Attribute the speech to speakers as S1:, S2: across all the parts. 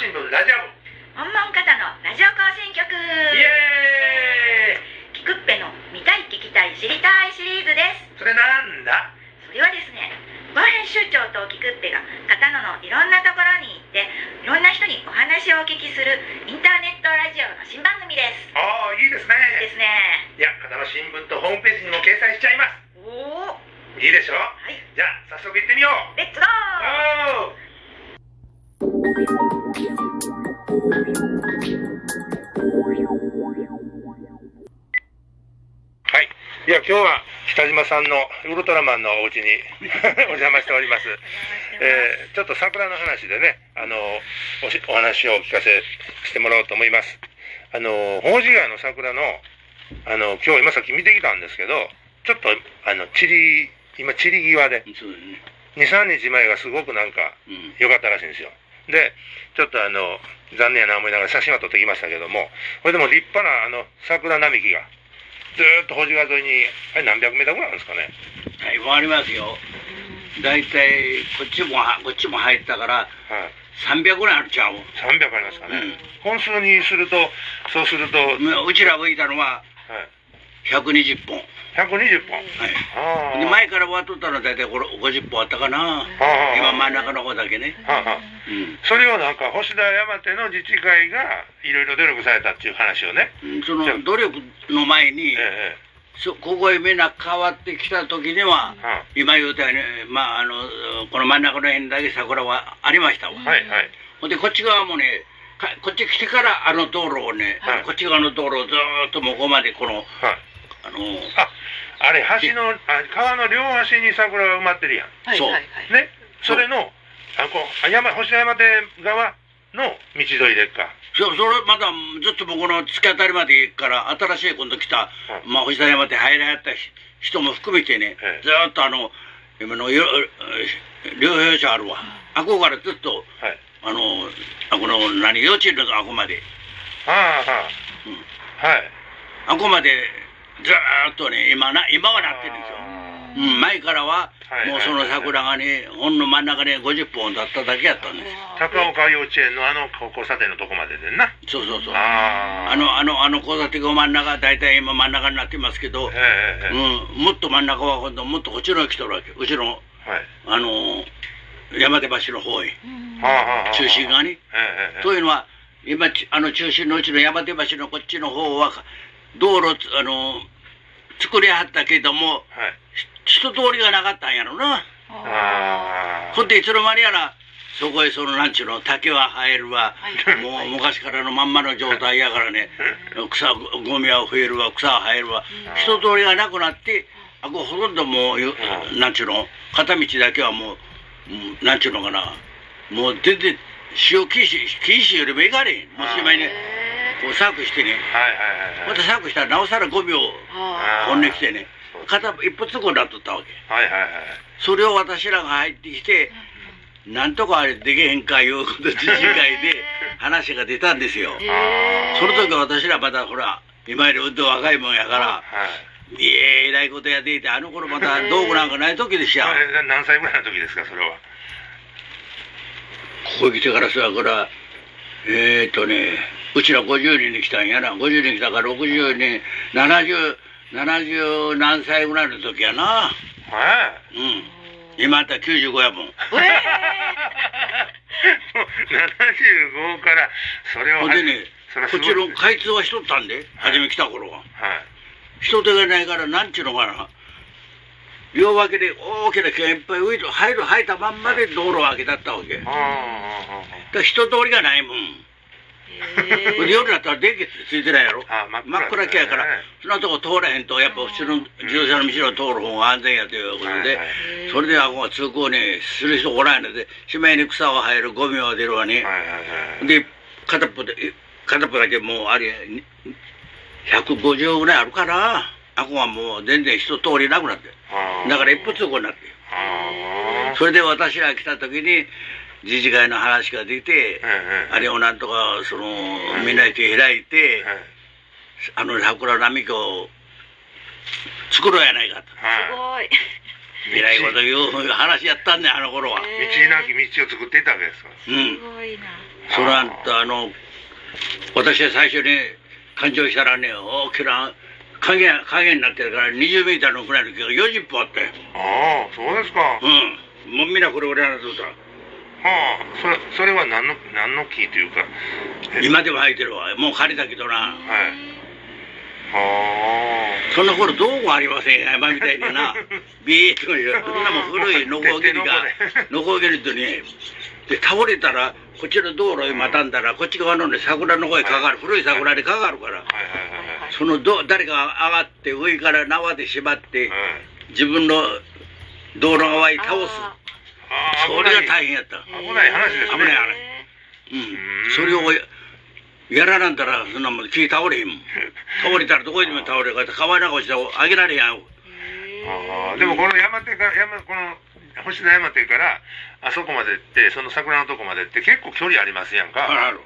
S1: 信のラジオ
S2: 本門方のラジオ更新曲
S1: イエーイ
S2: キクッペの見たい聞きたい知りたいシリーズです
S1: それなんだ
S2: それはですね小編集長とキクッペが片野のいろんなところに行っていろんな人にお話をお聞きするインターネットラジオの新番組です
S1: ああいいです
S2: で
S1: ね
S2: すね
S1: いや片野新聞とホームページにも掲載しちゃいま
S2: おお
S1: すいいでしょ
S2: はい
S1: じゃあ早速行ってみよう
S2: レッツゴ
S1: おー
S2: ー
S1: はい、いや今日は北島さんのウルトラマンのお家に お邪魔しております。えーちょっと桜の話でね、あのおしお話をお聞かせしてもらおうと思います。あの宝珠川の桜のあの今日今さっき見てきたんですけど、ちょっとあの散り今散り際で
S3: そうだね。
S1: 2、3日前がすごくなんか
S3: うん。
S1: 良かったらしいんですよ。で、ちょっとあの残念やな思いながら写真は撮ってきましたけども、これでも立派なあの桜並木がずーっと宝珠川沿いにあれ何百メーターぐらいあるんですかね。
S3: はい、わかりますよ。だいたいこっちもはこっちも入ったから
S1: はい。
S3: 300ぐらいあるちゃう。
S1: 300ありますかね、
S3: うん
S1: 本数にするとそうすると、はい、
S3: うちらがいたのは120本。
S1: 120本
S3: はい。
S1: ああ
S3: で前から終わっとったのはだいたいこれ50本あったかな。
S1: あ
S3: 今真ん
S1: は
S3: 中の方だけね。
S1: あはあ
S3: うん。
S1: それをなんか星田山手の自治会がいろいろ努力されたっていう話をね、
S3: うんその努力の前に、
S1: え
S3: そここへ目が変わってきた時には
S1: え、は
S3: 今言うたように、まあ、あのこの真ん中の辺だけ桜はありましたわ。
S1: あはいはい
S3: ほんでこっち側もねかこっち来てからあの道路をね、
S1: はい
S3: こっち側の道路をずーっと向こうまでこの
S1: はい
S3: あのー
S1: ああれ橋のあ川の両端に桜が埋まってるやん
S4: はいはいはい。
S1: ねそれのあこうあ山星田山手側の道沿いでっか
S3: そそれまたずっと向こうの突き当たりまで行くから新しい今度来た、
S1: い
S3: まあ、星谷山で入らはった人人も含めてね、
S1: ええ
S3: ずーっとあの今のよ療養者あるわあこからずっと
S1: はい
S3: あのーあこの何幼稚園のあこまで、
S1: ああは
S3: うん、
S1: あはい
S3: あこまでずーっとね今な今はなってるんですよ。うん、前からは
S1: はい、
S3: もうその桜がね、ほんの真ん中で50本だっただけやったんで
S1: 高岡幼稚園のあの交差点のとこまででんな。
S3: す。そうそうそう。あ
S1: ああの、
S3: の、あの、あの交差点が真ん中、大体今真ん中になってますけど、
S1: ええええ
S3: うん、もっと真ん中は今度もっとこっちの方へ来とるわけ。うちの、
S1: はい。
S3: あのー山手橋の方へ、
S1: はあはあはあ
S3: 中心側。
S1: え
S3: に。
S1: えええ
S3: というのは、今、ちあの中心のうちの山手橋のこっちの方は、道路つ、あのー作りはったけども、
S1: はい。
S3: ひ人通りがなかったんやろな。
S1: あ
S3: ほんでいつの間にやらそこへそのなんちゅうの竹は生えるわ、
S4: はい
S3: もう昔からのまんまの状態やからね草ゴミは増えるわ草は生えるわ、人通りがなくなってあこれほとんどもうよ
S1: う
S3: なんちゅうの片道だけはもううんなんちゅうのかなもう全然塩禁止禁止よりもいかれへんもうしまいねこう削してね
S1: あ。はいはいはい
S3: ま
S1: はい
S3: た。削したらなおさらゴミを
S4: あ
S3: 飛んできてね
S1: そうです
S3: 片一歩通行になっとったわけ。
S1: はいはいはい。
S3: それを私らが入ってきて、なんとかあれできへんかいうことで、自治会 で話が出たんですよ。
S4: ーへー
S3: その時は私らまたほら、今よりうんと若いもんやから、
S1: はい。
S3: いえ、えらいことやっていて、あの頃また道具なんかない時でし
S1: じ
S3: た。
S1: ゃあれが何歳ぐらいの時ですか、それは。
S3: ここへ来てからさ、これは、えー、っとね、うちら50人で来たんやな。50人来たから60人、70、70何歳ぐらいの時やな。
S1: はい。
S3: うん。今あったら95やもん。
S4: ー。え
S1: もう75から、それを。
S3: ほんでね
S1: それ、はす
S3: こ
S1: ご
S3: っ
S1: い
S3: ちの開通はしとったんで、初め来た頃は。
S1: はい。
S3: 人手がないから、なんちゅうのかな。両脇で大きな木がいっぱい植えて、入る、生えたまんまで道路を開けたったわけ。だ
S1: あ
S3: か
S1: あ
S3: ら人通りがないもん。
S4: ー。
S3: 夜になったら電気ついてないやろ。
S1: あ真っ暗ですね
S3: 真っ暗系やから、そんなとこ通らへんと、やっぱ普通の自動車の道を通る方が安全やということ
S1: はい
S3: で
S1: はい、
S3: それではもう通行にする人おらんので、しまいに草は生える、ゴミは出るわね。
S1: はいはいはいはい。
S3: で、片っぽで、片っぽだけもうあれ、に150ぐらいあるかな。あこはもう全然人通りなくなって。
S1: ああ
S3: だから一歩通行になって。
S1: ああ。
S3: それで私ら来た時に、自治会の話が出て、
S1: ええ
S3: あれをなんとか、その、みんなで開いて、
S1: はい
S3: あの桜並木を作ろうやないかと。
S4: す
S1: は
S4: ごい。
S3: えらいこと言う話やったんね、あの頃は。
S1: い。道なき道を作っていたわけですから。
S3: うん
S4: す。ごいな。
S1: え
S3: そのあんたあの私が最初に勘定したらね大きな影影になってるから20メーターの船の木が40本あったよ
S1: ああ、そうですか。は
S3: うんもうみんなこれ俺らのとさ
S1: あ、それそれは何の何の木というか。え
S3: 今でも生えてるわもう枯れたけどな
S1: はい。は
S3: そんな頃どうもありませんよ今みたいになビーッとこういうそんなもん古いノコギリが
S1: 手
S3: ノコギリとねで倒れたらこっちの道路へまたんだらこっち側のね桜の方へかかる古い桜にかかるか
S1: あ。はいはい
S3: ら
S1: はいはい。
S3: そのど誰かが上がって上から縄で縛って
S1: はい。
S3: 自分の道路側に倒す
S4: あ
S1: ああ、
S3: それが
S1: 危ない
S3: 大変やった、
S4: ー
S1: 危ない話ですね
S3: 危ない話うん
S1: ん
S3: それをややらなんだらそんなもん木倒れへんもん倒れたらどこにでも倒れるから川なんか落ちたらあげられへんやん
S1: ああでもこの山手から山この星野山手からあそこまでってその桜のとこまでって結構距離ありますやんか、
S3: ある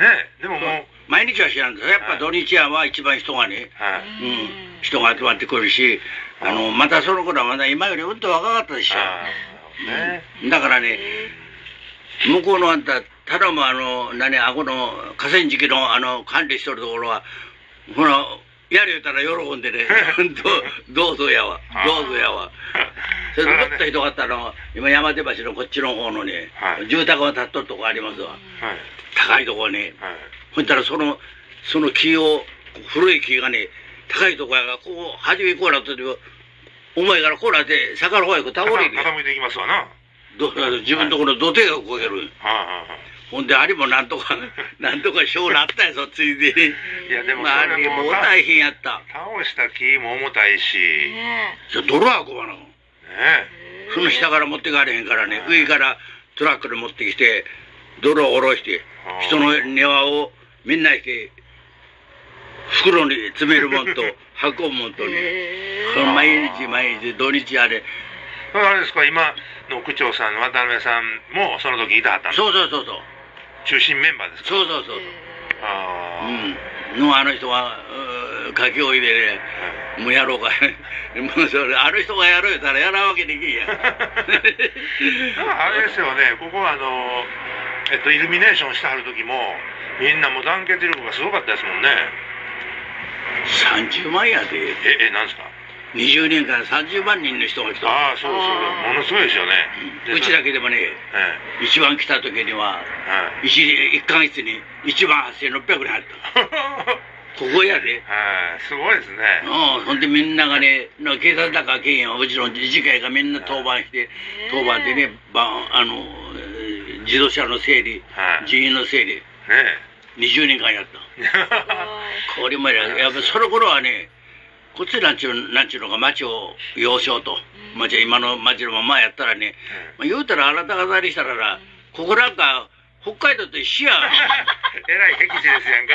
S1: ねでももう、はい、
S3: 毎日は知らんけどやっぱ土日やは一番人がね、
S1: あ
S3: うん、人が集まってくるしあのまたその頃はまだ今よりうんと若かったでしょ
S1: あね
S3: うんだからね向こうのあんたただもあの何あこの河川敷のあの管理しとるところはほらやり言うたら喜んでね どうどうぞやわ
S1: あ
S3: どうぞやわそ れ
S1: そ
S3: で
S1: れは
S3: も
S1: ね
S3: っとひどかったのは今山手橋のこっちの方のね、
S1: はい
S3: 住宅が建っとるとこありますわ
S1: はい
S3: 高いとこね
S1: はい
S3: ほんたらそのその木を古い木がね高いとこやからこう初めこうなった時はお前からこうなって坂の方へこう倒れる
S1: 傾傾いていきますわなはい
S3: ど自分のところの土手がこけ
S1: は
S3: る、
S1: いは
S3: ほんであれもなん とかなんとかしようなったやぞついでに
S1: いいやでも
S3: まああ
S1: そ
S3: れ
S1: れ
S3: も
S1: も
S3: う
S1: さ
S3: 大変やった
S1: 倒した木も重たいしね
S4: ね
S3: じゃ泥はこわなその下から持ってかれへんからね
S1: うん
S3: 上からトラックで持ってきて泥を下ろして
S1: あー
S3: 人の庭をみんなして袋に詰めるも んと運ぶもんとね
S4: え
S3: その毎日毎日土日あれ
S1: それあれですか今の区長さんの渡辺さんもその時いたはったんです
S3: そうそうそうそう
S1: 中心メンバーですか
S3: そうそうそう
S1: ああ、はい
S3: うんのあの人がうー書き置いでねもうやろうか。 もうそれ、あの人がやろう言ったらやらんわけできんやん。
S1: あれですよね、ここはあの、えっと、イルミネーションしてはる時も、みんなもう団結力がすごかったですもんね。
S3: 30万やで。
S1: え、え、なんですか
S3: 20年間30万人の人が来た。
S1: ああ、そうそう、ものすごいですよね。
S3: うちだけでもね、
S1: え
S3: 一番来た時には、
S1: え、 はい。
S3: 一1ヶ月に1万8600人あった。ここやで。
S1: はい、すごいですね。
S3: うん、ほんでみんながね、な警察だかけんやん、うちの次会がみんな当番して、当番でね、ばあの、えー自動車の整理、
S1: はい。ね
S3: 人員の整理、20年間やった。
S1: え。
S3: これまでやっぱその頃はねこっちなんちゅうなんちゅうのが町を要衝と、
S4: うん
S3: まあじゃあ今の町のままやったらね、まあ、言うたらあなた方にしたらなここなんか北海道と一緒や
S1: えらい僻地ですやんか。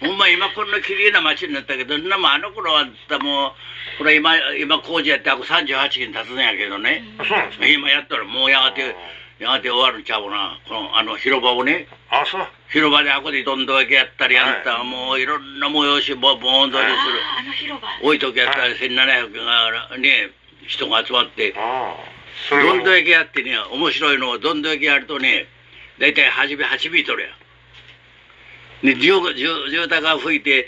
S3: ほんま今こんな綺麗な町になったけどなもあの頃はあんたもうこれ今今工事やってあと38軒経つんやけどね、
S1: あそうなんですか
S3: 今やったらもうやがてやがて終わるんちゃうなこのあの広場をね
S1: あ、そう。
S3: 広場であこでどんどんけやったり
S1: はい
S3: あんたはもういろんな催しもボーンとにする。
S4: ああの広場
S3: 多い時やった
S1: は
S3: ら1700がね人が集まって
S1: ああ。それが
S3: ど
S1: もう
S3: んどん焼きやってね面白いのをどんどん焼きやるとね大体初め8ビートルやで住住住宅が吹いて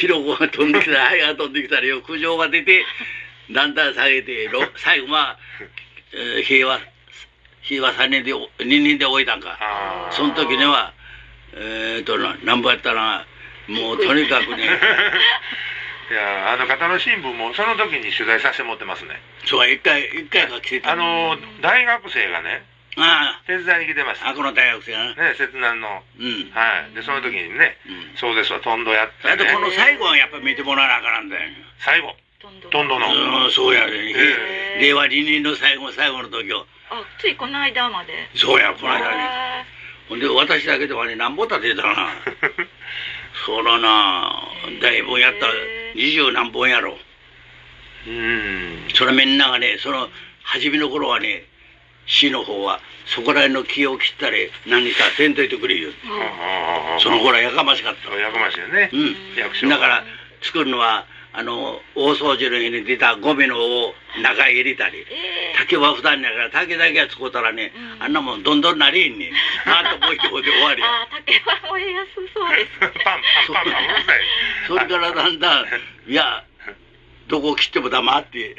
S3: 広子が飛んで きたら灰が飛んできたらよ苦情が出てだんだん下げてろ最後まあ、えー平和平和3年で2人で終えたんか
S1: ああ。
S3: その時にはえー、っとななんぼやったらもうとにかくね
S1: いやあの片野新聞もその時に取材させてもらってますね
S3: そう一回一回が来てた
S1: あの大学生がね
S3: ああ
S1: 手伝いに来てました
S3: あ
S1: ね
S3: この大学生がな。
S1: 切難のは
S3: うん。うん。
S1: いでその時にねそうですわとんどやって、
S3: あと
S1: ね、
S3: この最後はやっぱ見てもらわなあかんだよ。
S1: 最後
S4: どんどん
S1: とんどの、
S3: うん、そうやで、
S1: え
S4: え
S3: 令和2年の最後、最後の時を。
S4: あついこの間まで
S3: そうや、この間ね。
S4: へ
S3: ほんで、私だけではね、なんぼ立てたな。 そらな、だいぶやった
S4: へ、え
S3: 二十何本やろ。
S1: うん
S3: そらみんながね、その、初めの頃はね、市の方は、そこら辺の木を切ったり、何かせんといてくれよ。
S4: ー
S1: ああああ
S3: その頃はやかましかった。
S1: やかましいよね、
S3: うん。
S1: 役所
S3: だから作るのはあの大掃除の日に出たゴミのを中へ入れたり
S4: えー
S3: 竹は普段やから竹だけは使うたらね、
S4: うん
S3: あんなもんどんどんなり んねあともう一個で終わりや
S4: ああ、竹は燃えやすそうです
S1: パンパンパンパンうるさい。
S3: それからだんだんいやどこ切っても黙って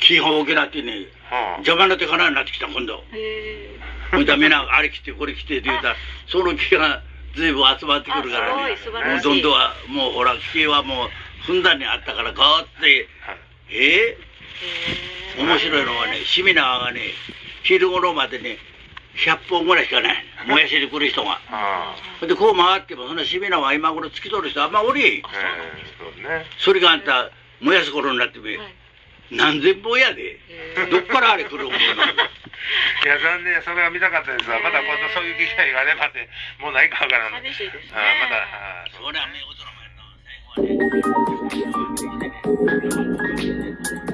S3: 基本大きなってね
S1: はい。
S3: 邪魔になってからになってきた今度
S4: ね。へえ。
S3: ほいだらみんなあれ切ってこれ切ってって言うたらその木が随分集まってくるから
S4: あ
S3: ね
S4: すごい素晴
S1: らし
S3: もう
S1: い
S3: どんどんはもうほら木はもうふんだんにあったからガーってえ
S4: へ
S3: ー、
S4: え
S3: 面白いのはね。シミナーがね昼頃までね100本ぐらいしかないもやしに来る人が。
S1: ああ。
S3: ほんでこう回ってもそのシミナーは今頃つきとる人あんまおり
S1: ええそうね。
S3: それがあんた燃やす頃になってみ、
S4: はい
S3: 何千本やで
S4: へ
S3: どっからあれ来る思うの
S1: いや残念それは見たかったですわ。まだ今度そういう機会があればねもうないかわからん。ああまだ
S4: え寂しいですね。
S1: ああそう
S3: そりゃ目をそらまやな最後はね